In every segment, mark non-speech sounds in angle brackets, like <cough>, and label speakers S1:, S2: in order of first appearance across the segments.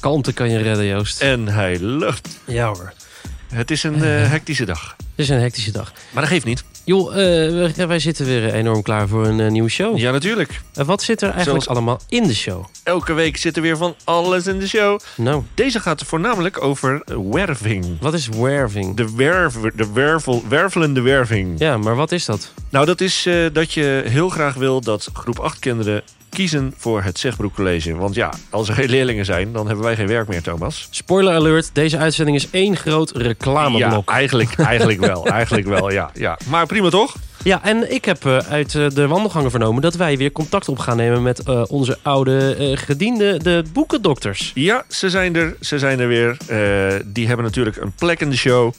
S1: kanten kan je redden, Joost.
S2: En hij lucht.
S1: Ja hoor.
S2: Het is een eh, hectische dag.
S1: Het is een hectische dag.
S2: Maar dat geeft niet.
S1: Joh, eh, wij- wij zitten weer enorm klaar voor een eh, nieuwe show.
S2: Ja, natuurlijk.
S1: En Wat zit er eigenlijk
S2: Zoals-
S1: allemaal in de show?
S2: Elke week zit er weer van alles in de show.
S1: Nou,
S2: Deze gaat voornamelijk over werving.
S1: wat is werving?
S2: De, werf, de wervel, wervelende werving.
S1: Ja, maar wat is dat?
S2: Nou, dat is eh, dat je heel graag wil dat groep 8 kinderen kiezen voor het Zegbroek College. Want ja, als er geen leerlingen zijn, dan hebben wij geen werk meer, Thomas.
S1: Spoiler alert, deze uitzending is één groot
S2: ja,
S1: reclameblok. Ja,
S2: eigenlijk, eigenlijk wel. Eigenlijk wel, ja, ja. Maar prima toch?
S1: en ik heb eh, uit eh, de wandelgangen vernomen dat wij weer contact op gaan nemen met eh, onze oude eh, gediende, de boekendokters.
S2: Ja, ze zijn er. Ze zijn er weer. Eh, die hebben natuurlijk een plek in de show.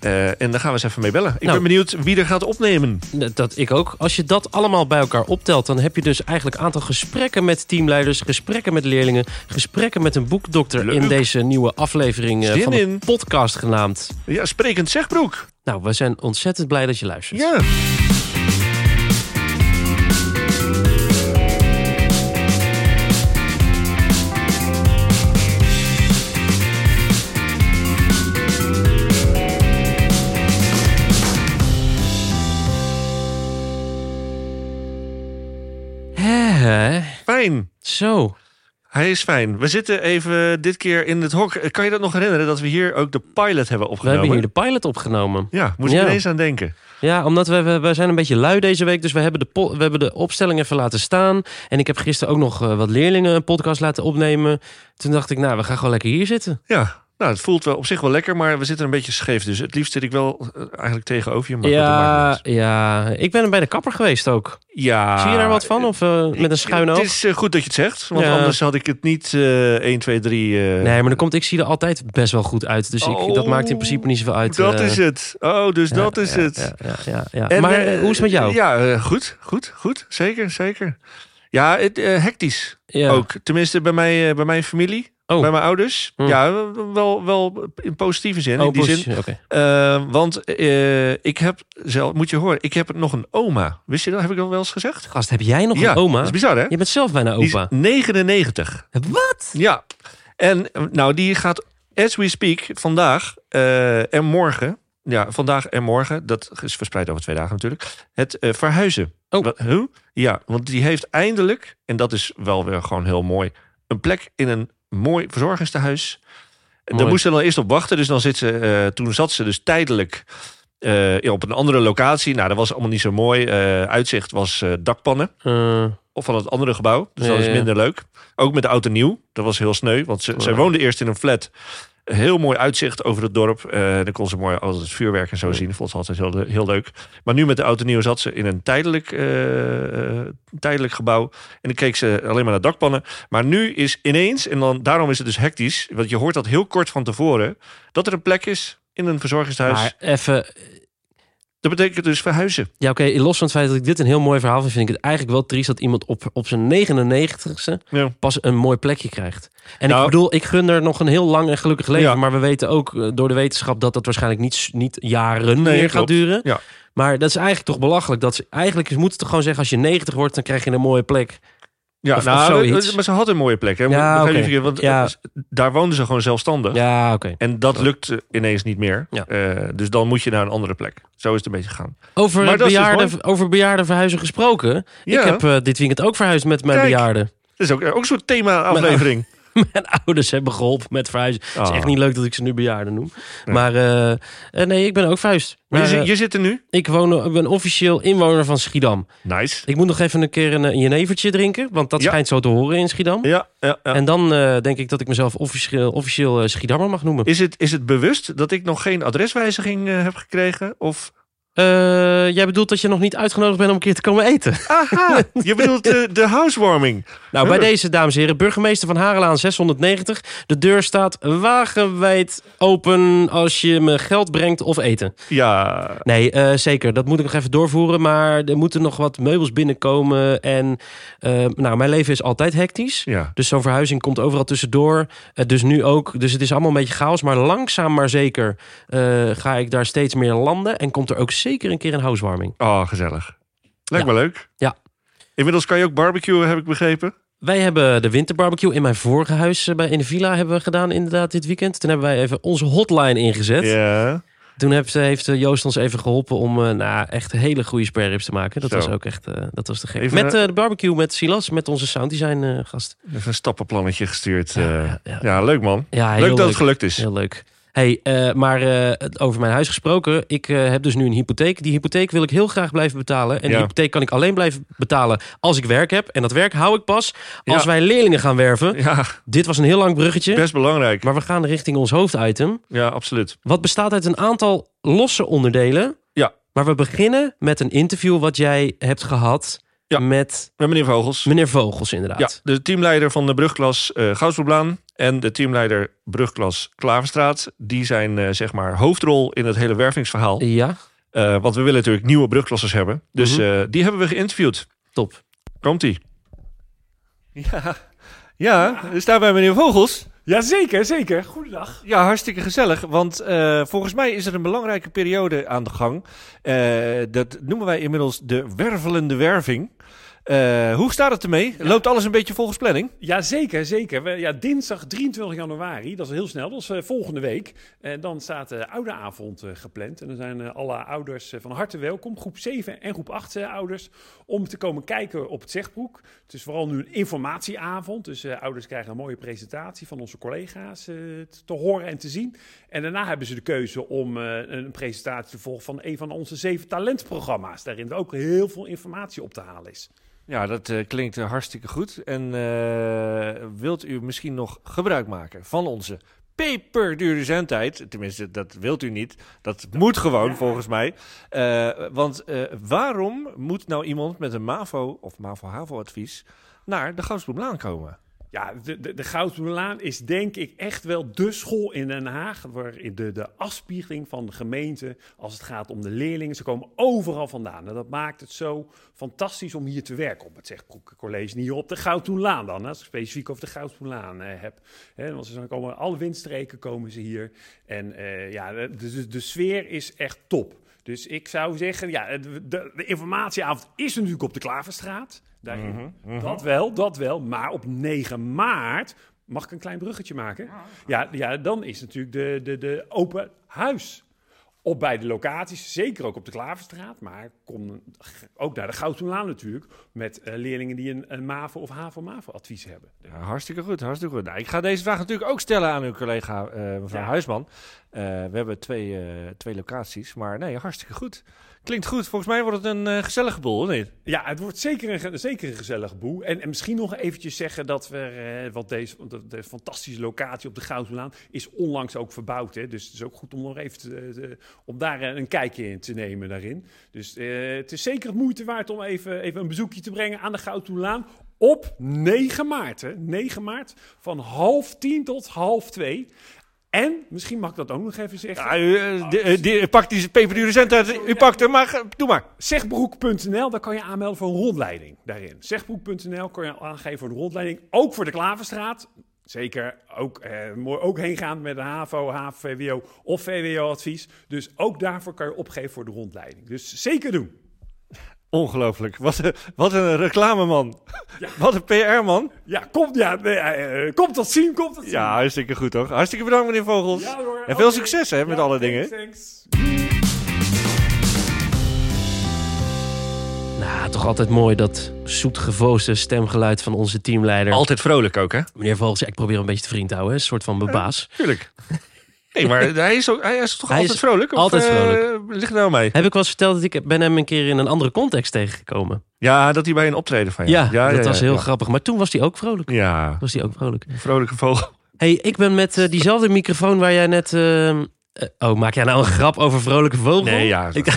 S2: Eh, en daar gaan we eens even mee bellen. Ik
S1: Nou.
S2: ben benieuwd wie er gaat opnemen.
S1: Dat- Dat ik ook. Als je dat allemaal bij elkaar optelt, dan heb je dus eigenlijk een aantal gesprekken met teamleiders, gesprekken met leerlingen, gesprekken met een boekdokter
S2: Leuk.
S1: in deze nieuwe aflevering eh,
S2: Zin
S1: van de
S2: in.
S1: podcast genaamd.
S2: Ja, sprekend Zegbroek.
S1: Nou, we zijn ontzettend blij dat je luistert.
S2: Ja.
S1: Hè?
S2: Fijn.
S1: Zo.
S2: Hij is fijn. We zitten even dit keer in het hok. Eh, Kan je dat nog herinneren dat we hier ook de pilot hebben
S1: We
S2: opgenomen?
S1: hebben hier de pilot opgenomen.
S2: Ja, moest ik
S1: Ja.
S2: ineens aan denken.
S1: Ja, omdat we, we, we zijn een beetje lui deze week. Dus we hebben, de po- we hebben de opstelling even laten staan. En ik heb gisteren ook nog eh, wat leerlingen een podcast laten opnemen. Toen dacht ik, nou, we gaan gewoon lekker hier zitten.
S2: Ja, nou, het voelt wel op zich wel lekker, maar we zitten een beetje scheef. Dus het liefst zit ik wel eh, eigenlijk tegenover je. Maar goed, dat maakt niet
S1: ja,
S2: uit.
S1: ja, ik ben bij de kapper geweest ook.
S2: ja.
S1: Zie je daar wat van? Of eh, met een schuin oog?
S2: Het is eh, goed dat je het zegt, want
S1: Ja.
S2: anders had ik het niet eh 1, 2, 3. eh,
S1: Nee, maar dan komt, ik zie er altijd best wel goed uit. Dus ik, dat
S2: Oh,
S1: maakt in principe niet zoveel uit.
S2: dat
S1: eh,
S2: is het. Oh, dus
S1: ja,
S2: dat is
S1: ja,
S2: het.
S1: Ja, ja, ja, ja.
S2: En,
S1: maar
S2: eh,
S1: eh, hoe is het met jou?
S2: Ja, eh, goed, goed, goed. Zeker, zeker. Ja, het, eh, hectisch
S1: Ja.
S2: ook. Tenminste, bij, mij, eh, bij mijn familie,
S1: Oh.
S2: bij mijn ouders.
S1: Hm.
S2: Ja, wel, wel in positieve zin.
S1: Oh,
S2: in die zin,
S1: poes. Oké.
S2: Eh, want eh, ik heb zelf, moet je horen, ik heb nog een oma. Wist je dat? Heb ik dat wel eens gezegd?
S1: Gast, heb jij nog
S2: ja,
S1: een oma?
S2: Dat is bizar, hè?
S1: Je bent zelf bijna
S2: Die is
S1: opa.
S2: 99.
S1: Wat?
S2: Ja. En eh, nou, die gaat, as we speak, vandaag eh, en morgen. Ja, vandaag en morgen. Dat is verspreid over twee dagen natuurlijk. Het eh, verhuizen.
S1: Oh.
S2: Wat, huh? Ja, want die heeft eindelijk, en dat is wel weer gewoon heel mooi, een plek in een mooi verzorgingstehuis.
S1: Mooi.
S2: Daar moest ze dan eerst op wachten. Dus dan zit ze, eh, toen zat ze dus tijdelijk eh, op een andere locatie. Nou, dat was allemaal niet zo mooi. Eh, uitzicht was eh, dakpannen
S1: Eh,
S2: of van het andere gebouw. Dus
S1: Ja,
S2: dat is
S1: ja.
S2: minder leuk. Ook met de oud en nieuw. Dat was heel sneu. Want ze,
S1: Ja.
S2: zij woonde eerst in een flat. Heel mooi uitzicht over het dorp. Eh dan kon ze mooi al het vuurwerk en zo
S1: Ja.
S2: zien. Vond ze altijd heel, le- heel leuk. Maar nu met de oud en nieuw zat ze in een tijdelijk, eh, eh, tijdelijk gebouw. En dan keek ze alleen maar naar dakpannen. Maar nu is ineens, en dan, daarom is het dus hectisch. Want je hoort dat heel kort van tevoren. Dat er een plek is in een verzorgingshuis.
S1: maar even,
S2: Dat betekent dus verhuizen.
S1: Ja, oké, los van het feit dat ik dit een heel mooi verhaal vind, vind ik het eigenlijk wel triest dat iemand op, op zijn 99ste
S2: Ja.
S1: pas een mooi plekje krijgt. En ik
S2: Nou.
S1: bedoel, ik gun er nog een heel lang en gelukkig leven,
S2: Ja.
S1: maar we weten ook eh, door de wetenschap dat dat waarschijnlijk niet, s- niet jaren
S2: Nee,
S1: meer gaat
S2: klopt.
S1: duren.
S2: Ja.
S1: Maar dat is eigenlijk toch belachelijk. Dat ze, eigenlijk is- moeten ze toch gewoon zeggen, als je 90 wordt, dan krijg je een mooie plek.
S2: Ja,
S1: Of-
S2: nou,
S1: of
S2: dat-
S1: zoiets.
S2: maar ze had een mooie plek. Hè? Moet-
S1: Ja,
S2: begrijp je
S1: oké.
S2: niet verkeerd, want
S1: Ja.
S2: eh, daar woonden ze gewoon zelfstandig.
S1: Ja, oké.
S2: En dat lukt eh, ineens niet meer.
S1: Ja.
S2: Eh, dus dan moet je naar een andere plek. Zo is het een beetje gaan.
S1: Over,
S2: Maar dat is dus
S1: bejaarden, over bejaarden verhuizen gesproken.
S2: Ja,
S1: Ik heb eh, dit weekend ook verhuisd met mijn
S2: Kijk.
S1: bejaarden.
S2: dat is ook, ook een soort
S1: <laughs>
S2: thema-aflevering.
S1: Mijn <laughs> ouders hebben geholpen met verhuizen. Het Nou, is
S2: Ah.
S1: echt niet leuk dat ik ze nu bejaarden noem.
S2: Nee.
S1: Maar eh, eh, nee, ik ben ook vuist.
S2: Maar dus
S1: Maar,
S2: je,
S1: eh,
S2: zit- je zit er nu.
S1: ik, woon, eh, ik ben officieel inwoner van Schiedam.
S2: Nice.
S1: Ik moet nog even een keer een, eh, jenevertje drinken. Want dat
S2: Ja.
S1: schijnt zo te horen in Schiedam.
S2: Ja, ja, ja.
S1: En dan eh, denk ik dat ik mezelf officieel, officieel eh, Schiedammer mag noemen.
S2: Is het, is het bewust dat ik nog geen adreswijziging eh, heb gekregen? Of...
S1: Eh, jij bedoelt dat je nog niet uitgenodigd bent om een keer te komen
S2: <laughs>
S1: eten?
S2: Aha, je bedoelt eh, de housewarming.
S1: Nou, bij
S2: Huh.
S1: deze, dames en heren, burgemeester van Harelaan 690. De deur staat wagenwijd open als je me geld brengt of eten.
S2: Ja,
S1: Nee, eh, zeker. Dat moet ik nog even doorvoeren. Maar er moeten nog wat meubels binnenkomen. En eh, nou, mijn leven is altijd hectisch.
S2: ja.
S1: Dus zo'n verhuizing komt overal tussendoor. Eh, dus nu ook. Dus het is allemaal een beetje chaos. Maar langzaam maar zeker eh, ga ik daar steeds meer landen. En komt er ook zeker een keer een housewarming.
S2: Oh, Ah, gezellig. Lijkt
S1: Ja.
S2: me leuk.
S1: Ja.
S2: Inmiddels kan je ook barbecuen, heb ik begrepen.
S1: Wij hebben de winterbarbecue in mijn vorige huis eh, bij, in de villa hebben we gedaan inderdaad dit weekend. Toen hebben wij even onze hotline ingezet.
S2: Ja.
S1: Toen heeft, heeft eh, Joost ons even geholpen om eh, nou, echt hele goede spare ribs te maken. Dat
S2: Zo.
S1: was ook echt, eh, dat was te gek.
S2: Even,
S1: met eh, de barbecue, met Silas, met onze sounddesign eh, gast.
S2: Even een stappenplannetje gestuurd. eh. Ja,
S1: ja.
S2: leuk man.
S1: Ja, heel
S2: leuk dat het gelukt is.
S1: Heel leuk. Hey, eh, maar eh, het- over mijn huis gesproken. Ik eh, heb dus nu een hypotheek. Die hypotheek wil ik heel graag blijven betalen. En die
S2: Ja.
S1: hypotheek kan ik alleen blijven betalen als ik werk heb. En dat werk hou ik pas als
S2: Ja.
S1: wij leerlingen gaan werven.
S2: Ja,
S1: Dit was een heel lang bruggetje.
S2: best belangrijk.
S1: Maar we gaan richting ons hoofditem.
S2: Ja, absoluut.
S1: Wat bestaat uit een aantal losse onderdelen.
S2: Ja.
S1: Maar we beginnen met een interview wat jij hebt gehad
S2: Ja.
S1: met
S2: Met meneer Vogels.
S1: meneer Vogels inderdaad.
S2: Ja, de teamleider van de brugklas eh Goudsbloeblaan en de teamleider brugklas Klaverstraat. Die zijn eh, zeg maar hoofdrol in het hele wervingsverhaal.
S1: Ja,
S2: Eh, want we willen natuurlijk nieuwe brugklassers hebben. Dus
S1: Mhm.
S2: eh, die hebben we geïnterviewd.
S1: top.
S2: Komt-ie.
S3: Ja, ja we staan bij meneer Vogels.
S4: Jazeker, zeker. Goedendag.
S3: Ja, hartstikke gezellig. Want eh, volgens mij is er een belangrijke periode aan de gang. Eh, dat noemen wij inmiddels de wervelende werving. Eh, hoe staat het ermee? Loopt alles een beetje volgens planning?
S4: Jazeker, zeker. We, ja, dinsdag 23 januari, dat is heel snel, dat is eh, volgende week. Eh, dan staat eh oude avond gepland. En dan zijn eh, alle ouders eh, van harte welkom, groep 7 en groep 8 eh, ouders, om te komen kijken op het Zegbroek. Het is vooral nu een informatieavond, dus eh, ouders krijgen een mooie presentatie van onze collega's eh, te- te horen en te zien. En daarna hebben ze de keuze om eh, een presentatie te volgen van een van onze zeven talentprogramma's, daarin ook heel veel informatie op te halen is.
S3: Ja, dat eh, klinkt eh, hartstikke goed. En eh, wilt u misschien nog gebruik maken van onze peperdure zendtijd? Tenminste, dat wilt u niet. Dat moet gewoon, volgens mij. Eh, want eh, waarom moet nou iemand met een MAVO of MAVO-HAVO-advies naar de Goudsbloemlaan komen?
S4: Ja, de, de, de Goudsbloemlaan is denk ik echt wel de school in Den Haag. Waar de, de afspiegeling van de gemeente als het gaat om de leerlingen. Ze komen overal vandaan. En dat maakt het zo fantastisch om hier te werken op het Zegbroek College. En hier op de Goudsbloemlaan dan, hè, als ik specifiek over de Goudsbloemlaan eh, heb. Hè, want ze zijn- komen, alle windstreken komen ze hier. En eh, ja, de, de, de sfeer is echt top. Dus ik zou zeggen, ja, de, de, de informatieavond is natuurlijk op de Klaverstraat. Daarin. Dat wel, dat wel. Maar op 9 maart, mag ik een klein bruggetje maken? Ja, ja dan is natuurlijk de, de, de open huis. Op beide locaties, zeker ook op de Klaverstraat, maar kom ook naar de Goudsmoelaan natuurlijk. Met eh, leerlingen die een, een MAVO of HAVO-MAVO-advies hebben.
S3: Ja, hartstikke goed, hartstikke goed. Nou, ik ga deze vraag natuurlijk ook stellen aan uw collega eh, mevrouw
S4: Ja.
S3: Huisman. Eh, we hebben twee, eh, twee locaties, maar nee, hartstikke goed. Klinkt goed. Volgens mij wordt het een eh, gezellige boel, of niet?
S4: Ja, het wordt zeker een, ge- zeker een gezellig boel. En, en misschien nog eventjes zeggen dat we, eh, wat deze want de, de fantastische locatie op de Goudsmoelaan is onlangs ook verbouwd. Hè? Dus het is ook goed om nog even te- te- om daar eh, een kijkje in te nemen daarin. Dus eh, het is zeker het moeite waard om even, even een bezoekje te brengen aan de Goudsmoelaan op 9 maart. Hè? 9 maart van half tien tot half twee. En misschien mag ik Oh, dat ook nog even zeggen.
S3: Ja, u, eh, de- eh, die, pak die peperdure cent uit. U pakt hem, maar ge- doe maar.
S4: Zegbroek.nl, daar kan je aanmelden voor een rondleiding daarin. Zegbroek.nl kan je aangeven voor een rondleiding, ook voor de Klaverstraat. Zeker, ook, eh, mooi ook heen gaan met een HAVO, HVWO of VWO-advies. Dus ook daarvoor kan je opgeven voor de rondleiding. Dus zeker doen.
S3: Ongelooflijk. Wat, een- wat een reclameman.
S4: Ja.
S3: <laughs> Wat een PR-man.
S4: Ja, komt ja, nee, eh, eh, komt dat zien, komt dat zien.
S3: Ja, hartstikke goed toch? Hartstikke bedankt, meneer Vogels.
S4: Ja, hoor,
S3: en veel
S4: oké.
S3: succes hè, met
S4: Ja,
S3: alle
S4: thanks,
S3: dingen.
S4: thanks.
S1: Nou, toch altijd mooi dat zoetgevoosde stemgeluid van onze teamleider.
S2: Altijd vrolijk ook, hè?
S1: Meneer Vogels, ja, ik probeer hem een beetje te vriend te houden. hè. Een soort van mijn baas.
S2: Tuurlijk. Nee, maar hij is, ook, hij is toch
S1: Hij
S2: altijd
S1: is
S2: vrolijk? Of,
S1: altijd
S2: eh,
S1: vrolijk.
S2: ligt het nou mee?
S1: Heb ik wel eens verteld dat ik ben hem een keer in een andere context tegengekomen.
S2: Ja, dat hij bij een optreden van je.
S1: Ja, dat was heel
S2: ja.
S1: grappig. Maar toen was hij ook vrolijk.
S2: Ja,
S1: Was hij ook vrolijk.
S2: een vrolijke vogel.
S1: hey, ik ben met eh, diezelfde microfoon waar jij net... eh, eh, oh, maak jij nou een grap over vrolijke vogel?
S2: Nee, ja.
S1: <laughs>
S2: Ik,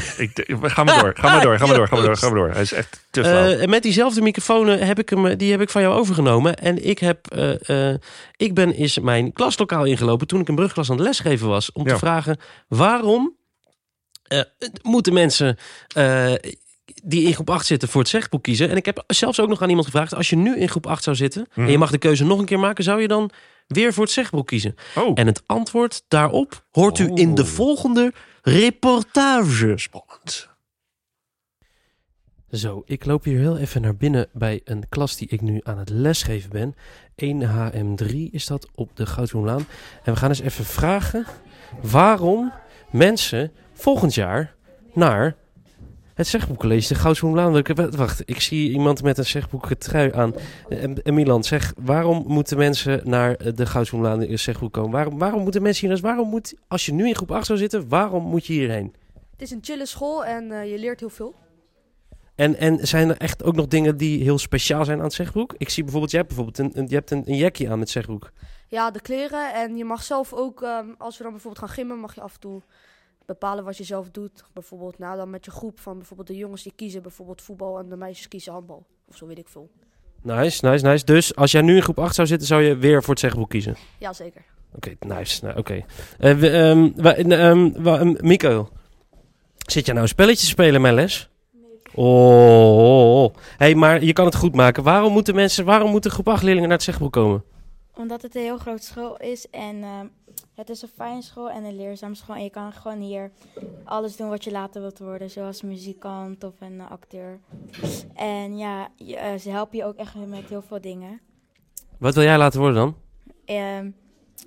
S2: ga maar door, ga maar door, ga maar door, ga maar door. Ga maar door. Hij is echt te flauw.
S1: Eh, en met diezelfde microfoon eh, heb ik hem, eh, die heb ik van jou overgenomen. En ik, heb, eh, eh, ik ben eens mijn klaslokaal ingelopen toen ik een brugklas aan het lesgeven was. Om
S2: Ja.
S1: te vragen waarom eh, moeten mensen eh, die in groep 8 zitten voor het zegboek kiezen. En ik heb zelfs ook nog aan iemand gevraagd. Als je nu in groep 8 zou zitten en
S2: Mhm.
S1: je mag de keuze nog een keer maken. Zou je dan weer voor het zegboek kiezen?
S2: oh,
S1: Eh, En het antwoord daarop hoort u in de
S2: Oh.
S1: volgende reportage.
S2: spannend.
S1: Zo, ik loop hier heel even naar binnen bij een klas die ik nu aan het lesgeven ben. 1HM3 is dat op de Goudroenlaan. En we gaan eens even vragen waarom mensen volgend jaar naar het zegboekcollege de Goudroenlaan willen. W- Wacht, ik zie iemand met een zegboeken trui aan. Eh, En en Milan, zeg, waarom moeten mensen naar eh, de Goudroenlaan in het zegboek komen? Waarom, waarom moeten mensen hier naartoe? Waarom moet, als je nu in groep 8 zou zitten, waarom moet je hierheen?
S5: Het is een chille school en eh, je leert heel veel.
S1: En, en zijn er echt ook nog dingen die heel speciaal zijn aan het zegbroek? Ik zie bijvoorbeeld, jij hebt bijvoorbeeld een, een- je hebt een, een jackie aan met zegbroek.
S5: Ja, de kleren en je mag zelf ook, ehm, als we dan bijvoorbeeld gaan gimmen, mag je af en toe bepalen wat je zelf doet. Bijvoorbeeld, nou dan met je groep van bijvoorbeeld de jongens die kiezen bijvoorbeeld voetbal en de meisjes kiezen handbal. Of zo weet ik veel.
S1: Nice, nice, nice. Dus als jij nu in groep 8 zou zitten, zou je weer voor het zegbroek kiezen?
S5: Jazeker.
S1: Oké, nice. Nou, oké. Eh, we- ehm, wa- en, ehm, wa- ehm, Mico, zit jij nou een spelletje te spelen in mijn les? Oh, oh, oh. Hey, maar je kan het goed maken. Waarom moeten mensen, waarom moeten groep 8 leerlingen naar het zegbroek komen?
S6: Omdat het een heel grote school is en ehm, het is een fijne school en een leerzame school. En je kan gewoon hier alles doen wat je later wilt worden, zoals muzikant of een eh, acteur. En ja, je- eh, ze helpen je ook echt met heel veel dingen.
S1: Wat wil jij laten worden dan?
S6: Ehm,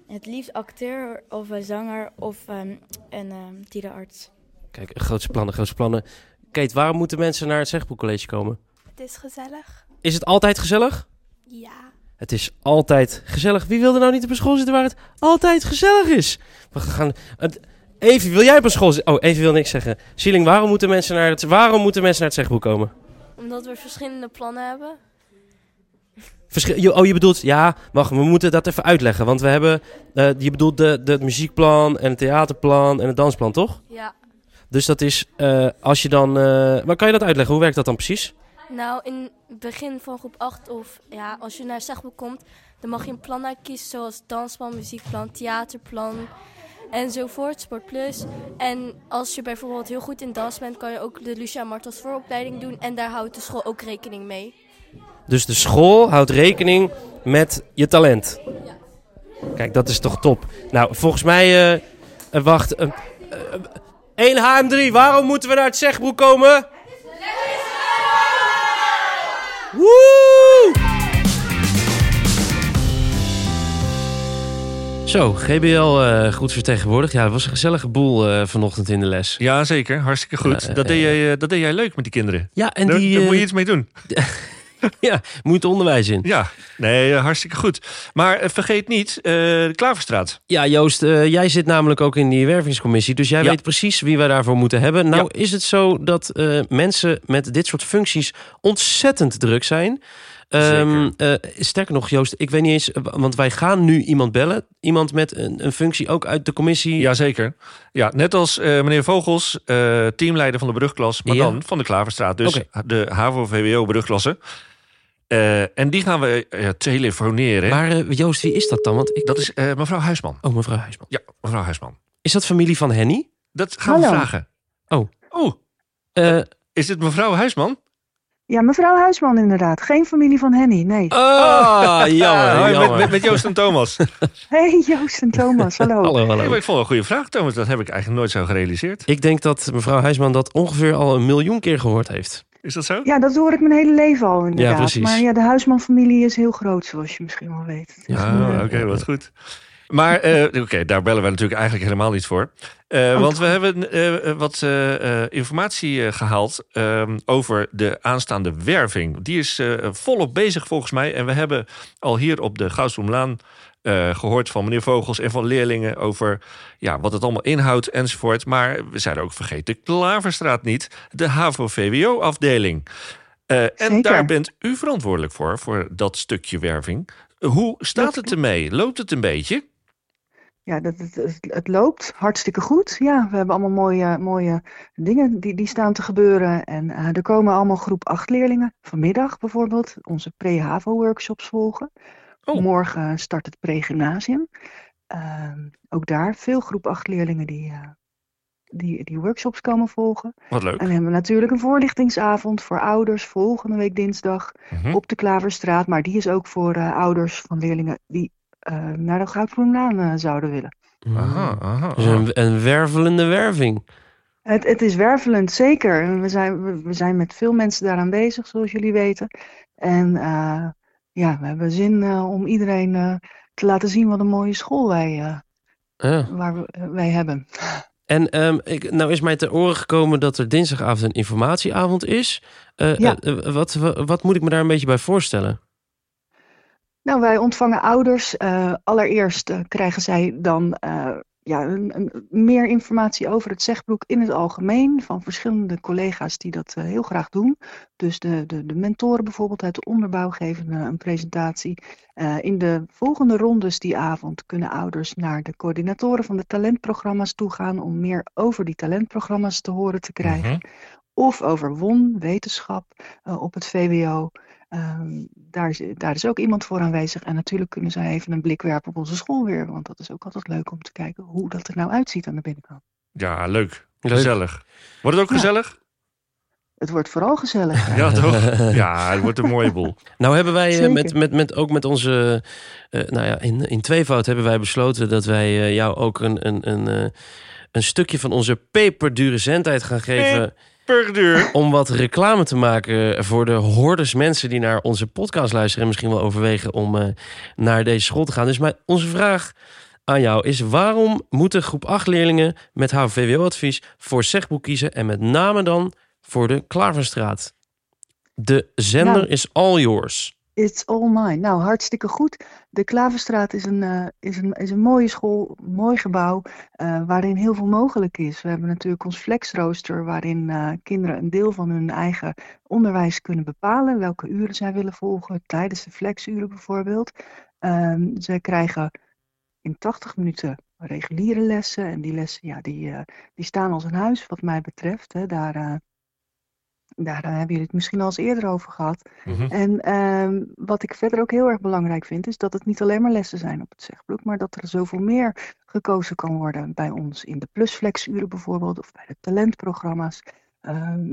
S6: het liefst acteur of eh, zanger of ehm, een ehm dierenarts.
S1: Kijk, grootste plannen, grootste plannen. Kate, waarom moeten mensen naar het zegbroekcollege komen?
S7: Het is gezellig.
S1: Is het altijd gezellig?
S7: Ja.
S1: Het is altijd gezellig. Wie wil er nou niet op een school zitten waar het altijd gezellig is? We gaan. het- Evie, wil jij op een school zitten? Oh, Evie wil niks zeggen. Sieling, waarom moeten mensen naar het, waarom moeten mensen naar het zegboek komen?
S7: Omdat we verschillende plannen hebben.
S1: Verschil, je- oh, je bedoelt, ja, wacht, we moeten dat even uitleggen. Want we hebben, eh, je bedoelt de, de, het muziekplan en het theaterplan en het dansplan, toch?
S7: Ja.
S1: Dus dat is, eh, als je dan, eh, maar kan je dat uitleggen? Hoe werkt dat dan precies?
S7: Nou, in het begin van groep 8 of ja, als je naar Zegboek komt, dan mag je een plan uitkiezen zoals dansplan, muziekplan, theaterplan enzovoort, sportplus. En als je bijvoorbeeld heel goed in dans bent, kan je ook de Lucia Martels vooropleiding doen en daar houdt de school ook rekening mee.
S1: Dus de school houdt rekening met je talent. Kijk, dat is toch top. Nou, volgens mij... eh, eh, wacht. eh, eh, 1HM3, waarom moeten we naar het zegbroek komen? Woe! Zo, GBL eh, goed vertegenwoordigd. Ja, het was een gezellige boel eh, vanochtend in de les.
S2: Ja, zeker. Hartstikke goed.
S1: Ja, eh,
S2: dat, deed jij, eh, dat deed jij leuk met die kinderen.
S1: Ja, en
S2: daar,
S1: die
S2: daar
S1: eh,
S2: moet je iets mee doen.
S1: <laughs> ja, moet onderwijs in.
S2: Ja, nee, eh, hartstikke goed. Maar eh, vergeet niet eh, de Klaverstraat.
S1: Ja, Joost, eh, jij zit namelijk ook in die wervingscommissie. Dus jij
S2: Ja.
S1: weet precies wie wij daarvoor moeten hebben. Nou, is het zo dat eh, mensen met dit soort functies ontzettend druk zijn? Ehm, eh, sterker nog, Joost, ik weet niet eens, eh, want wij gaan nu iemand bellen. Iemand met een, een functie ook uit de commissie.
S2: Jazeker. Ja, net als eh, meneer Vogels, eh, teamleider van de brugklas, maar
S1: Ja.
S2: dan van de Klaverstraat. Dus de HAVO-VWO-brugklasse. en die gaan we eh, telefoneren.
S1: Maar eh, Joost, wie is dat dan? Want ik...
S2: dat is eh, mevrouw Huisman.
S1: Oh, mevrouw Huisman.
S2: Ja, mevrouw Huisman.
S1: Is dat familie van Henny?
S2: Dat gaan we
S8: Hallo.
S2: vragen.
S1: Oh.
S2: Oh,
S1: Eh,
S2: is dit mevrouw Huisman?
S8: Ja, mevrouw Huisman inderdaad. Geen familie van Henny, nee.
S1: ah,
S2: <laughs>
S1: jammer,
S2: Ah, hoi,
S1: jammer.
S2: Met, met, met Joost en Thomas.
S8: Hey Joost en Thomas, hallo.
S1: Hallo,
S2: Nee,
S1: hallo.
S2: maar ik vond het een goede vraag, Thomas. Dat heb ik eigenlijk nooit zo gerealiseerd.
S1: Ik denk dat mevrouw Huisman dat ongeveer al een miljoen keer gehoord heeft.
S2: Is dat zo?
S8: Ja, dat hoor ik mijn hele leven al inderdaad.
S1: precies.
S8: Maar ja, de Huisman-familie is heel groot, zoals je misschien wel weet. Dus,
S2: Ah,
S8: eh,
S2: oké, wat goed. Maar eh, oké, daar bellen we natuurlijk eigenlijk helemaal niet voor. Eh, want we hebben eh, wat eh, eh, informatie eh, gehaald ehm, over de aanstaande werving. Die is eh, volop bezig volgens mij. En we hebben al hier op de Goudsbloemlaan eh, gehoord van meneer Vogels en van leerlingen over ja, wat het allemaal inhoudt enzovoort. Maar we zeiden ook vergeet de Klaverstraat niet, de HAVO-VWO-afdeling. Eh, en
S8: Zeker.
S2: daar bent u verantwoordelijk voor, voor dat stukje werving. Hoe staat het ermee? Loopt het een beetje?
S8: Ja, dat, het, het- het loopt hartstikke goed. Ja, we hebben allemaal mooie, mooie dingen die, die staan te gebeuren. En eh, er komen allemaal groep 8 leerlingen vanmiddag bijvoorbeeld onze pre-HAVO-workshops volgen.
S2: Oh.
S8: Morgen start het pre-gymnasium. Ehm, ook daar veel groep 8 leerlingen die, eh, die, die workshops komen volgen.
S2: Wat leuk.
S8: En we hebben natuurlijk een voorlichtingsavond voor ouders volgende week dinsdag
S2: Mhm.
S8: op de Klaverstraat. Maar die is ook voor eh, ouders van leerlingen die eh, naar de Goudgroenlaan eh, zouden willen.
S2: Aha, aha,
S1: Dus
S2: aha.
S1: een, een wervelende werving.
S8: Het, het is wervelend, zeker. We zijn, we, we zijn met veel mensen daar aanwezig, zoals jullie weten. En eh, ja, we hebben zin eh, om iedereen eh, te laten zien wat een mooie school wij, eh,
S1: Ja.
S8: waar we, eh, wij hebben.
S1: En ehm, ik, nou is mij ter oren gekomen dat er dinsdagavond een informatieavond is. Eh,
S8: Ja.
S1: eh, eh, wat, wa- wat moet ik me daar een beetje bij voorstellen?
S8: Nou, wij ontvangen ouders. Eh, allereerst eh, krijgen zij dan eh, ja, een, een- meer informatie over het zegbroek in het algemeen van verschillende collega's die dat eh, heel graag doen. Dus de, de, de mentoren bijvoorbeeld uit de onderbouw geven eh, een presentatie. Eh, in de volgende rondes die avond kunnen ouders naar de coördinatoren van de talentprogramma's toegaan om meer over die talentprogramma's te horen
S2: Mhm.
S8: te krijgen of over WON, wetenschap, eh, op het VWO. Ehm, daar, is, daar is ook iemand voor aanwezig. En natuurlijk kunnen zij even een blik werpen op onze school weer. Want dat is ook altijd leuk om te kijken hoe dat er nou uitziet aan de binnenkant.
S2: Ja, leuk.
S1: Leuk.
S2: Gezellig. Wordt het ook
S8: Ja.
S2: gezellig?
S8: Het wordt vooral gezellig.
S2: Ja,
S1: <laughs>
S2: toch? Ja, het wordt een mooie boel.
S1: Nou hebben wij eh,
S8: Zeker.
S1: met, met, met, ook met onze, eh, nou ja, in, in tweevoud hebben wij besloten dat wij eh, jou ook een, een, een, eh, een stukje van onze peperdure zendtijd gaan geven.
S2: Per duur.
S1: om wat reclame te maken voor de hordes mensen die naar onze podcast luisteren. En misschien wel overwegen om eh, naar deze school te gaan. Dus mijn, onze vraag aan jou is: waarom moeten groep 8 leerlingen met HVWO-advies voor zegboek kiezen? En met name dan voor de Klaverstraat? De zender
S8: Nou.
S1: is all yours.
S8: It's all mine. Nou, hartstikke goed. De Klaverstraat is een, eh, is een, is een mooie school, een mooi gebouw, eh, waarin heel veel mogelijk is. We hebben natuurlijk ons flexrooster, waarin eh, kinderen een deel van hun eigen onderwijs kunnen bepalen. Welke uren zij willen volgen, tijdens de flexuren bijvoorbeeld. Ehm, zij krijgen in 80 minuten reguliere lessen. En die lessen, ja, die, eh, die staan als een huis, wat mij betreft. Hè. Daar, eh, daar eh, hebben jullie het misschien al eens eerder over gehad. En ehm, wat ik verder ook heel erg belangrijk vind, is dat het niet alleen maar lessen zijn op het zegbroek, maar dat er zoveel meer gekozen kan worden bij ons in de plusflexuren bijvoorbeeld, of bij de talentprogramma's. Ehm,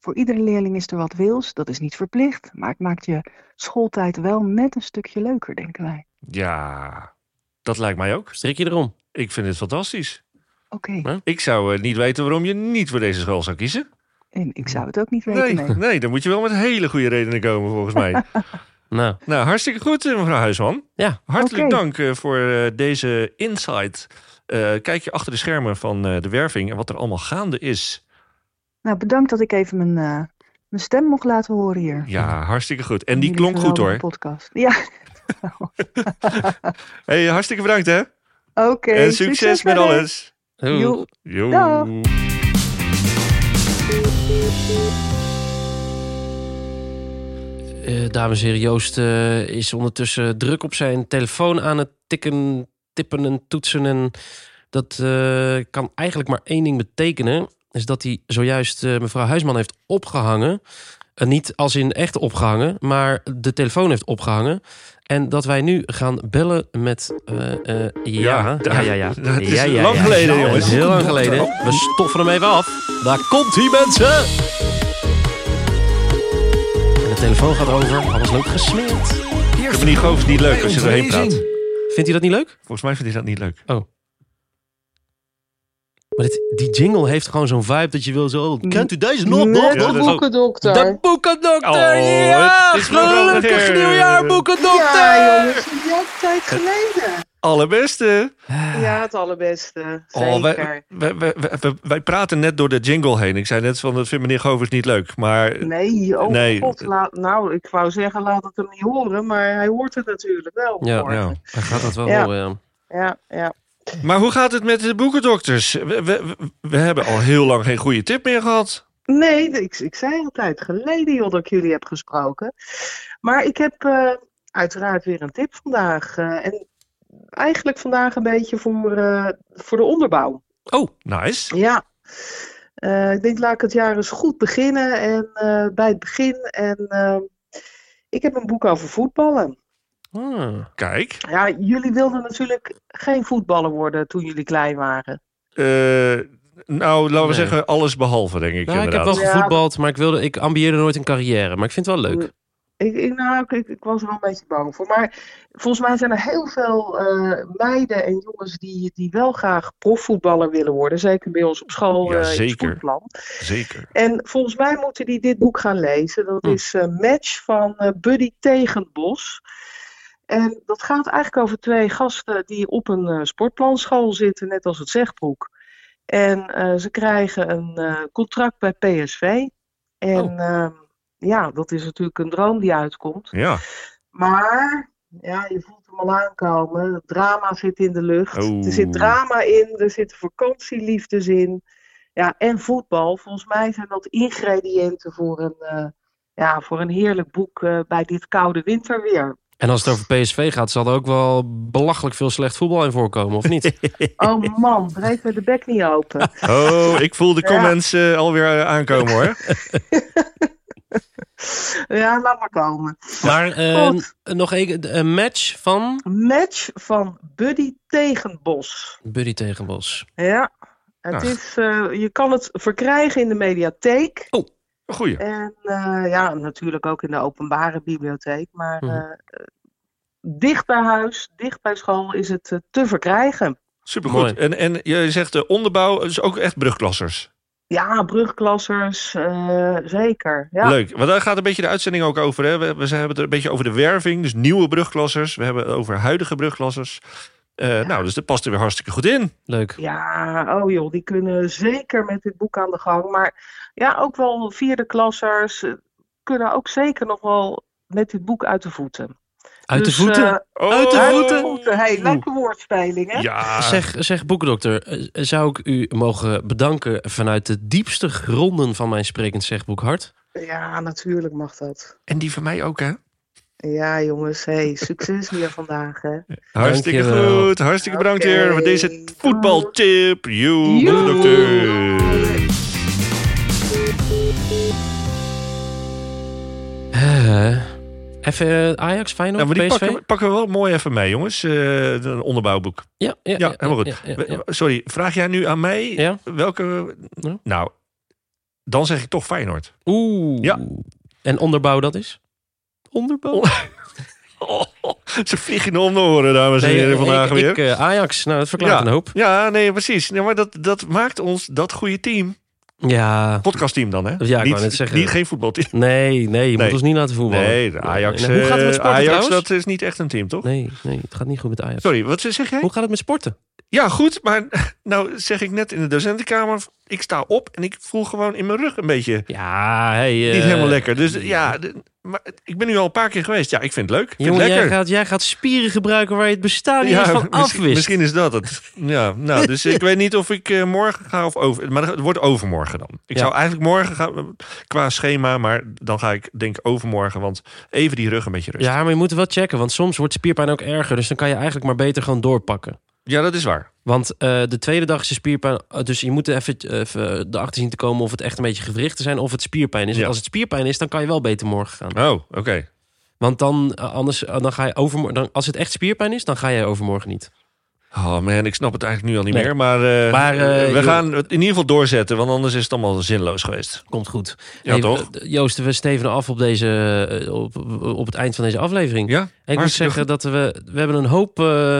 S8: voor iedere leerling is er wat wils, dat is niet verplicht, maar het maakt je schooltijd wel net een stukje leuker, denken wij.
S2: Ja, dat lijkt mij ook.
S1: Strik je erom.
S2: Ik vind het fantastisch.
S8: Oké,
S2: Ik zou eh, niet weten waarom je niet voor deze school zou kiezen.
S8: en ik zou het ook niet weten.
S2: Nee,
S8: nee.
S2: nee, dan moet je wel met hele goede redenen komen volgens
S8: <laughs>
S2: mij.
S1: Nou,
S2: Nou, hartstikke goed, eh, mevrouw Huisman.
S1: Ja,
S2: hartelijk
S8: oké.
S2: dank eh, voor eh, deze insight. Eh, kijk je achter de schermen van eh, de werving en wat er allemaal gaande is.
S8: Nou, bedankt dat ik even mijn, eh, mijn stem mocht laten horen hier. <laughs>
S2: Ja, hartstikke goed. En
S8: In
S2: die
S8: jullie
S2: klonk goed hoor.
S8: geweldige Podcast. Ja,
S2: Hey, hartstikke bedankt hè.
S8: oké.
S2: en succes, met
S8: verder.
S2: alles.
S1: doei.
S8: Joe.
S2: Joe.
S8: Dag.
S1: Eh, dames en heren, Joost eh, is ondertussen druk op zijn telefoon aan het tikken, tippen en toetsen. En dat eh, kan eigenlijk maar één ding betekenen. Is dat hij zojuist eh, mevrouw Huisman heeft opgehangen. En niet als in echt opgehangen, maar de telefoon heeft opgehangen. En dat wij nu gaan bellen met... eh, eh, ja, ja, ja, ja, <laughs> ja.
S2: Het is
S1: ja, ja,
S2: lang
S1: ja.
S2: geleden,
S1: Het
S2: jongens.
S1: is heel lang geleden. We stoffen hem even af. Daar komt hij, mensen! En de telefoon gaat over. Alles loopt gesmeerd.
S2: Vindt die Goof niet leuk als je erheen praat?
S1: Vindt hij dat niet leuk?
S2: Volgens mij vindt hij dat niet leuk.
S1: Maar dit, die jingle heeft gewoon zo'n vibe dat je wil zo... oh, Kent u deze nog?
S9: Net
S2: dat
S9: de
S2: is ook-
S9: boekendokter.
S1: De boekendokter!
S2: Oh,
S1: ja!
S2: het is wel
S1: Gelukkig
S2: lekker.
S1: nieuwjaar, boekendokter!
S9: Ja, jongens, een hele tijd geleden.
S2: Allerbeste.
S9: Ja, het allerbeste. Zeker.
S2: Oh, wij, wij, wij, wij- wij praten net door de jingle heen. Ik zei net van, dat vindt meneer Govers niet leuk. Maar
S9: Nee, oh
S2: Nee.
S9: god. Laat, nou, ik wou zeggen, laat het hem niet horen, maar hij hoort het natuurlijk wel.
S1: Ja,
S9: morgen.
S2: ja.
S1: Hij gaat dat wel
S9: Ja.
S1: horen, ja.
S9: ja. ja.
S2: nou. Maar hoe gaat het met de boekendokters? We, we, we- we hebben al heel lang geen goede tip meer gehad.
S9: Nee, ik, ik zei al een tijd geleden joh, dat ik jullie heb gesproken. Maar ik heb eh, uiteraard weer een tip vandaag. eh, en eigenlijk vandaag een beetje voor, eh, voor de onderbouw.
S1: Oh,
S2: Nice.
S9: Ja, Eh, ik denk laat ik het jaar eens goed beginnen en eh, bij het begin. En eh,
S8: ehm,
S9: ik heb een boek over voetballen.
S1: Ah.
S2: Kijk.
S9: Ja, jullie wilden natuurlijk geen voetballer worden toen jullie klein waren.
S2: Eh, nou, laten we
S1: Nee.
S2: zeggen, alles behalve, denk ik.
S1: Nou, ik heb
S2: inderdaad.
S1: wel
S9: Ja. Mm.
S1: gevoetbald, maar ik, wilde, ik ambieerde nooit een carrière. Maar ik vind het wel leuk.
S8: Ik, ik, nou, ik, ik, ik was er wel een beetje bang voor. Maar volgens mij zijn er heel veel eh, meiden en jongens die, die wel graag profvoetballer willen worden. Zeker bij ons op school
S2: Ja,
S8: eh, in
S2: zeker.
S8: Schotland.
S2: Zeker.
S8: En volgens mij moeten die dit boek gaan lezen. Dat
S1: Hm.
S8: is eh, Match van eh, Buddy Tegenbos. En dat gaat eigenlijk over twee gasten die op een eh, sportplanschool zitten, net als het zegboek. En eh, ze krijgen een eh, contract bij PSV. En ehm, ja, dat is natuurlijk een droom die uitkomt.
S2: Ja.
S8: Maar ja, je voelt hem al aankomen. Het drama zit in de lucht.
S2: Oeh.
S8: Er zit drama in, er zitten vakantieliefdes in. Ja, en voetbal. Volgens mij zijn dat ingrediënten voor een, eh, ja, voor een heerlijk boek eh, bij dit koude winterweer.
S1: En als het over PSV gaat, zal er ook wel belachelijk veel slecht voetbal in voorkomen, of <laughs> niet?
S8: Oh man,
S2: <laughs>
S8: breek me de bek niet open.
S2: Oh, ik voel de
S8: Ja.
S2: comments eh, alweer eh, aankomen hoor.
S8: Ja, laat maar komen.
S1: Maar eh,
S8: Goed.
S1: nog een, een match van
S8: Match van Buddy tegen Bos.
S1: Buddy tegen Bos.
S8: Ja, het
S2: Ach.
S8: is, eh, je kan het verkrijgen in de mediatheek.
S2: Goeie.
S8: En eh, ja, natuurlijk ook in de openbare bibliotheek. Maar
S1: Mhm.
S8: eh, eh, dicht bij huis, dicht bij school is het eh, te verkrijgen.
S2: Supergoed.
S1: Mooi.
S2: En, en je zegt de onderbouw, dus ook echt brugklassers.
S8: Ja, brugklassers, eh, zeker. Ja.
S2: Leuk, want daar gaat een beetje de uitzending ook over. Hè? We, we hebben het een beetje over de werving, dus nieuwe brugklassers. We hebben het over huidige brugklassers. Eh, Nou, dus dat past er weer hartstikke goed in.
S1: Leuk.
S8: Ja, oh joh, die kunnen zeker met dit boek aan de gang. Maar ja, ook wel vierde klassers eh, kunnen ook zeker nog wel met dit boek uit de voeten.
S1: Uit
S8: Dus,
S1: de voeten.
S8: eh,
S2: Oh,
S1: Uit de
S8: uit de
S1: voeten.
S8: voeten. Hey, leuke woordspeling, hè?
S2: Ja,
S1: Zeg, zeg boekdokter, eh, zou ik u mogen bedanken vanuit de diepste gronden van mijn sprekend zegboek hart?
S8: Ja, natuurlijk mag dat.
S2: en die van mij ook, hè?
S8: Ja, jongens, hey, succes weer <laughs> vandaag, hè?
S2: Hartstikke
S1: Dankjewel.
S2: goed, hartstikke bedankt
S8: Oké.
S2: weer voor deze voetbaltip. You,
S8: Joe.
S2: dokter.
S1: Eh, even eh, Ajax, Feyenoord,
S2: Nou, maar die
S1: PSV?
S2: pakken, pakken we wel mooi even mee, jongens. Eh, een onderbouwboek.
S1: Ja, ja,
S2: Ja, helemaal
S1: ja,
S2: goed.
S1: ja, ja.
S2: We- Sorry, vraag jij nu aan mij
S1: Ja.
S2: welke...
S1: Ja.
S2: Nou, dan zeg ik toch Feyenoord.
S1: <laughs> Oeh.
S2: Ja.
S1: En onderbouw dat is? Onderbouw?
S2: On- Oh, ze vliegen om de oren, dames en
S1: Nee,
S2: heren, vandaag
S1: ik,
S2: weer.
S1: ik, eh, Ajax, nou dat verklaart een hoop.
S2: ja, nee, precies. Nee, maar dat, dat maakt ons dat goede team.
S1: Ja,
S2: Podcastteam dan, hè?
S1: Ja, ik
S2: niet,
S1: wou net zeggen.
S2: Niet, geen voetbalteam.
S1: nee, nee, je
S2: Nee.
S1: moet ons niet laten voetballen.
S2: Nee, de Ajax,
S1: Nee, nee. Hoe gaat het met
S2: eh,
S1: sporten
S2: Ajax
S1: trouwens?
S2: dat is niet echt een team, toch?
S1: Nee, nee, het gaat niet goed met Ajax.
S2: Sorry, wat zeg jij?
S1: Hoe gaat het met sporten?
S2: Ja, goed, maar <laughs> nou zeg ik net in de docentenkamer... ik sta op en ik voel gewoon in mijn rug een beetje
S1: Ja, hey, eh,
S2: niet helemaal lekker. Dus ja, de- maar ik ben nu al een paar keer geweest. Ja, ik vind het leuk. Ik vind het
S1: Jongen, jij
S2: lekker.
S1: gaat, jij gaat spieren gebruiken waar je het bestaan niet eens van
S2: <laughs> misschien,
S1: afwist.
S2: misschien is dat het. Ja, nou, dus ik weet niet of ik eh, morgen ga of over. Maar het wordt overmorgen dan. Ik
S1: Ja.
S2: zou eigenlijk morgen gaan qua schema, maar dan ga ik denk ik overmorgen, want even die rug een beetje rust. Ja,
S1: Ja, maar je moet het wel checken, want soms wordt spierpijn ook erger. Dus dan kan je eigenlijk maar beter gewoon doorpakken.
S2: dat is waar.
S1: Want eh, de tweede dag is de spierpijn. eh, Dus je moet er even, even erachter zien te komen of het echt een beetje gewrichten zijn of het spierpijn is.
S2: Ja.
S1: Want als het spierpijn is, dan kan je wel beter morgen gaan.
S2: Oh, oké.
S1: Want dan, eh, anders, eh, dan ga je overmorgen. Dan, als het echt spierpijn is, dan ga je overmorgen niet.
S2: Oh man, ik snap het eigenlijk nu al niet
S1: Nee.
S2: meer. Maar, eh,
S1: Maar, eh,
S2: we
S1: joh.
S2: gaan het in ieder geval doorzetten, want anders is het allemaal zinloos geweest.
S1: Komt goed.
S2: Ja, toch?
S1: eh, Joost, we stevenen af op, deze, eh, op, op het eind van deze aflevering.
S2: Ja,
S1: En ik moet
S2: hartstikke
S1: zeggen dat we, we hebben een hoop. eh,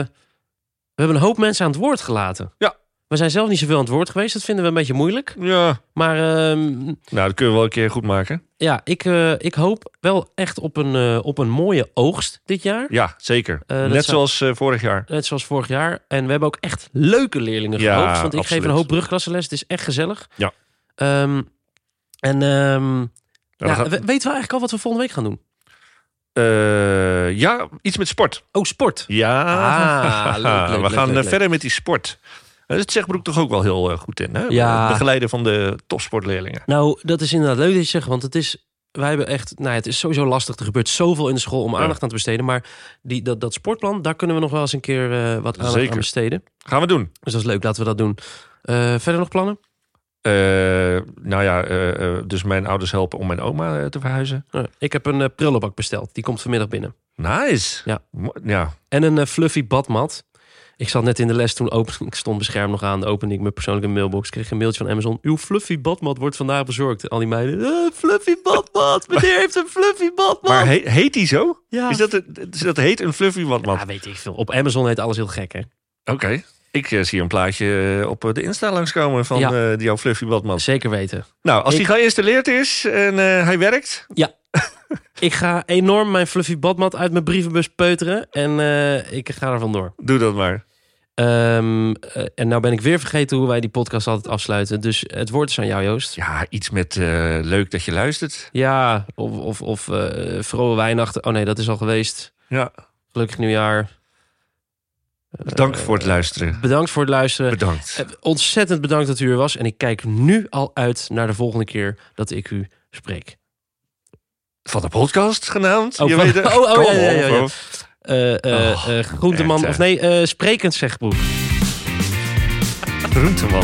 S1: we hebben een hoop mensen aan het woord gelaten.
S2: Ja.
S1: We zijn zelf niet zoveel aan het woord geweest. Dat vinden we een beetje moeilijk.
S2: Ja,
S1: Maar ehm,
S2: nou, dat kunnen we wel een keer goed maken.
S1: ja, ik, eh, ik hoop wel echt op een, eh, op een mooie oogst dit jaar.
S2: Ja, zeker.
S1: Eh, dat
S2: Net
S1: zou-
S2: zoals eh, vorig jaar.
S1: Net zoals vorig jaar. En we hebben ook echt leuke leerlingen
S2: Ja,
S1: gehoogd. Want ik
S2: absoluut.
S1: geef een hoop brugklassenles. Het is echt gezellig.
S2: Ja.
S1: Ehm, en ehm,
S2: dan
S1: ja,
S2: gaat-
S1: we- weten we eigenlijk al wat we volgende week gaan doen?
S2: Eh, ja, iets met sport.
S1: Oh, sport.
S2: Ja,
S1: Ah, leuk, leuk,
S2: <laughs> we
S1: leuk,
S2: gaan
S1: leuk,
S2: eh,
S1: leuk.
S2: verder met die sport. Eh, Het zegbroek toch ook wel heel eh, goed in, hè?
S1: Ja.
S2: Het Begeleiden van de topsportleerlingen.
S1: Nou, dat is inderdaad leuk dat je zegt, want het is. Wij hebben echt, nou, het is sowieso lastig. Er gebeurt zoveel in de school om aandacht aan te besteden. Maar die, dat, dat sportplan, daar kunnen we nog wel eens een keer eh, wat aandacht
S2: Zeker.
S1: aan besteden.
S2: Gaan we doen.
S1: Dus dat is leuk, laten we dat doen. Eh, verder nog plannen?
S2: Eh, nou ja, eh, eh, dus mijn ouders helpen om mijn oma eh, te verhuizen.
S1: Eh, ik heb een eh, prullenbak besteld. Die komt vanmiddag binnen.
S2: Nice.
S1: Ja.
S2: Mo- ja.
S1: En een eh, fluffy badmat. Ik Ik zat net in de les toen open, <laughs> ik stond bescherm nog aan. Opende ik mijn persoonlijke mailbox. Kreeg een mailtje van Amazon. Uw fluffy badmat wordt vandaag bezorgd. Al die meiden. "Eh, fluffy badmat. Meneer heeft een fluffy badmat.
S2: Maar he- heet die zo?
S1: ja.
S2: Is dat, een- is dat heet een fluffy watmat?
S1: Ja, weet ik veel. Op Amazon heet alles heel gek, hè?
S2: Oké. Ik eh, zie een plaatje eh, op eh, de Insta langskomen van
S1: Ja.
S2: eh, jouw fluffy badman.
S1: Zeker weten.
S2: Nou, als
S1: Ik-
S2: die geïnstalleerd is en eh, hij werkt.
S1: Ik ga enorm mijn fluffy badmat uit mijn brievenbus peuteren. En eh, ik ga er vandoor.
S2: Doe dat maar.
S1: Ehm, eh, en nou ben ik weer vergeten hoe wij die podcast altijd afsluiten. Dus het woord is aan jou, Joost.
S2: Ja, iets met eh, leuk dat je luistert.
S1: Ja, of, of, of eh, vroege Weihnachten. Oh nee, dat is al geweest.
S2: Ja,
S1: Gelukkig nieuwjaar.
S2: dank voor het luisteren.
S1: Bedankt voor het luisteren.
S2: Bedankt.
S1: Eh, Ontzettend bedankt dat u er was. En ik kijk nu al uit naar de volgende keer dat ik u spreek.
S2: Van de podcast genaamd.
S1: eh, Oh,
S2: je
S1: van-
S2: weet het.
S1: oh, <laughs> oh,
S2: Kom
S1: ja, ja,
S2: op,
S1: ja, ja.
S2: hoor.
S1: Eh, eh,
S2: Oh,
S1: eh, groenteman,
S2: echt,
S1: of nee, eh, sprekend zegboek.
S2: Groenteman.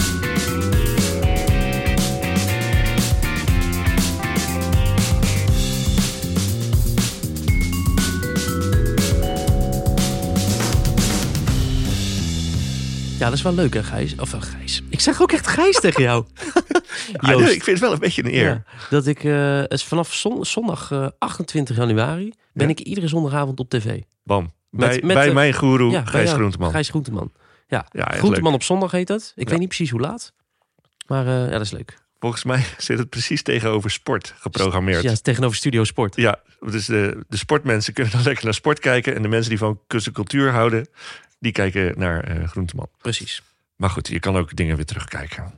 S1: Ja, dat is wel leuk hè, Gijs? Of eh, Gijs. Ik zeg ook echt Gijs tegen
S2: <laughs>
S1: jou.
S2: Ah, nee, ik vind het wel een beetje een eer.
S1: Ja, dat ik eh, het is vanaf zon- zondag eh, 28 januari ben
S2: Ja.
S1: ik iedere zondagavond op tv.
S2: Bam.
S1: Met-
S2: bij
S1: met,
S2: bij
S1: eh,
S2: mijn goeroe
S1: Ja, bij
S2: Gijs
S1: jou,
S2: Groenteman. Ah,
S1: Gijs Groenteman. Ja,
S2: Ja, echt
S1: Groenteman op zondag heet dat. Ik
S2: Ja.
S1: weet niet precies hoe laat. Maar eh, ja, dat is leuk.
S2: Volgens mij <laughs> zit het precies tegenover sport geprogrammeerd.
S1: Ja,
S2: Ja,
S1: tegenover Studio Sport.
S2: dus de, de sportmensen kunnen dan lekker naar sport kijken. En de mensen die van kunst en cultuur houden, die kijken naar eh, Groenteman.
S1: Precies.
S2: Maar goed, je kan ook dingen weer terugkijken.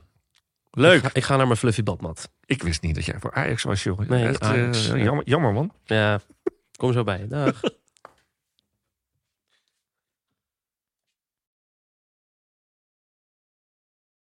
S2: Leuk.
S1: Ik ga, ik ga naar mijn fluffy badmat.
S2: Ik wist niet dat jij voor Ajax was, joh.
S1: Nee,
S2: Echt,
S1: Ajax,
S2: eh,
S1: ja.
S2: jammer, jammer, man.
S1: Ja, kom zo bij. Dag.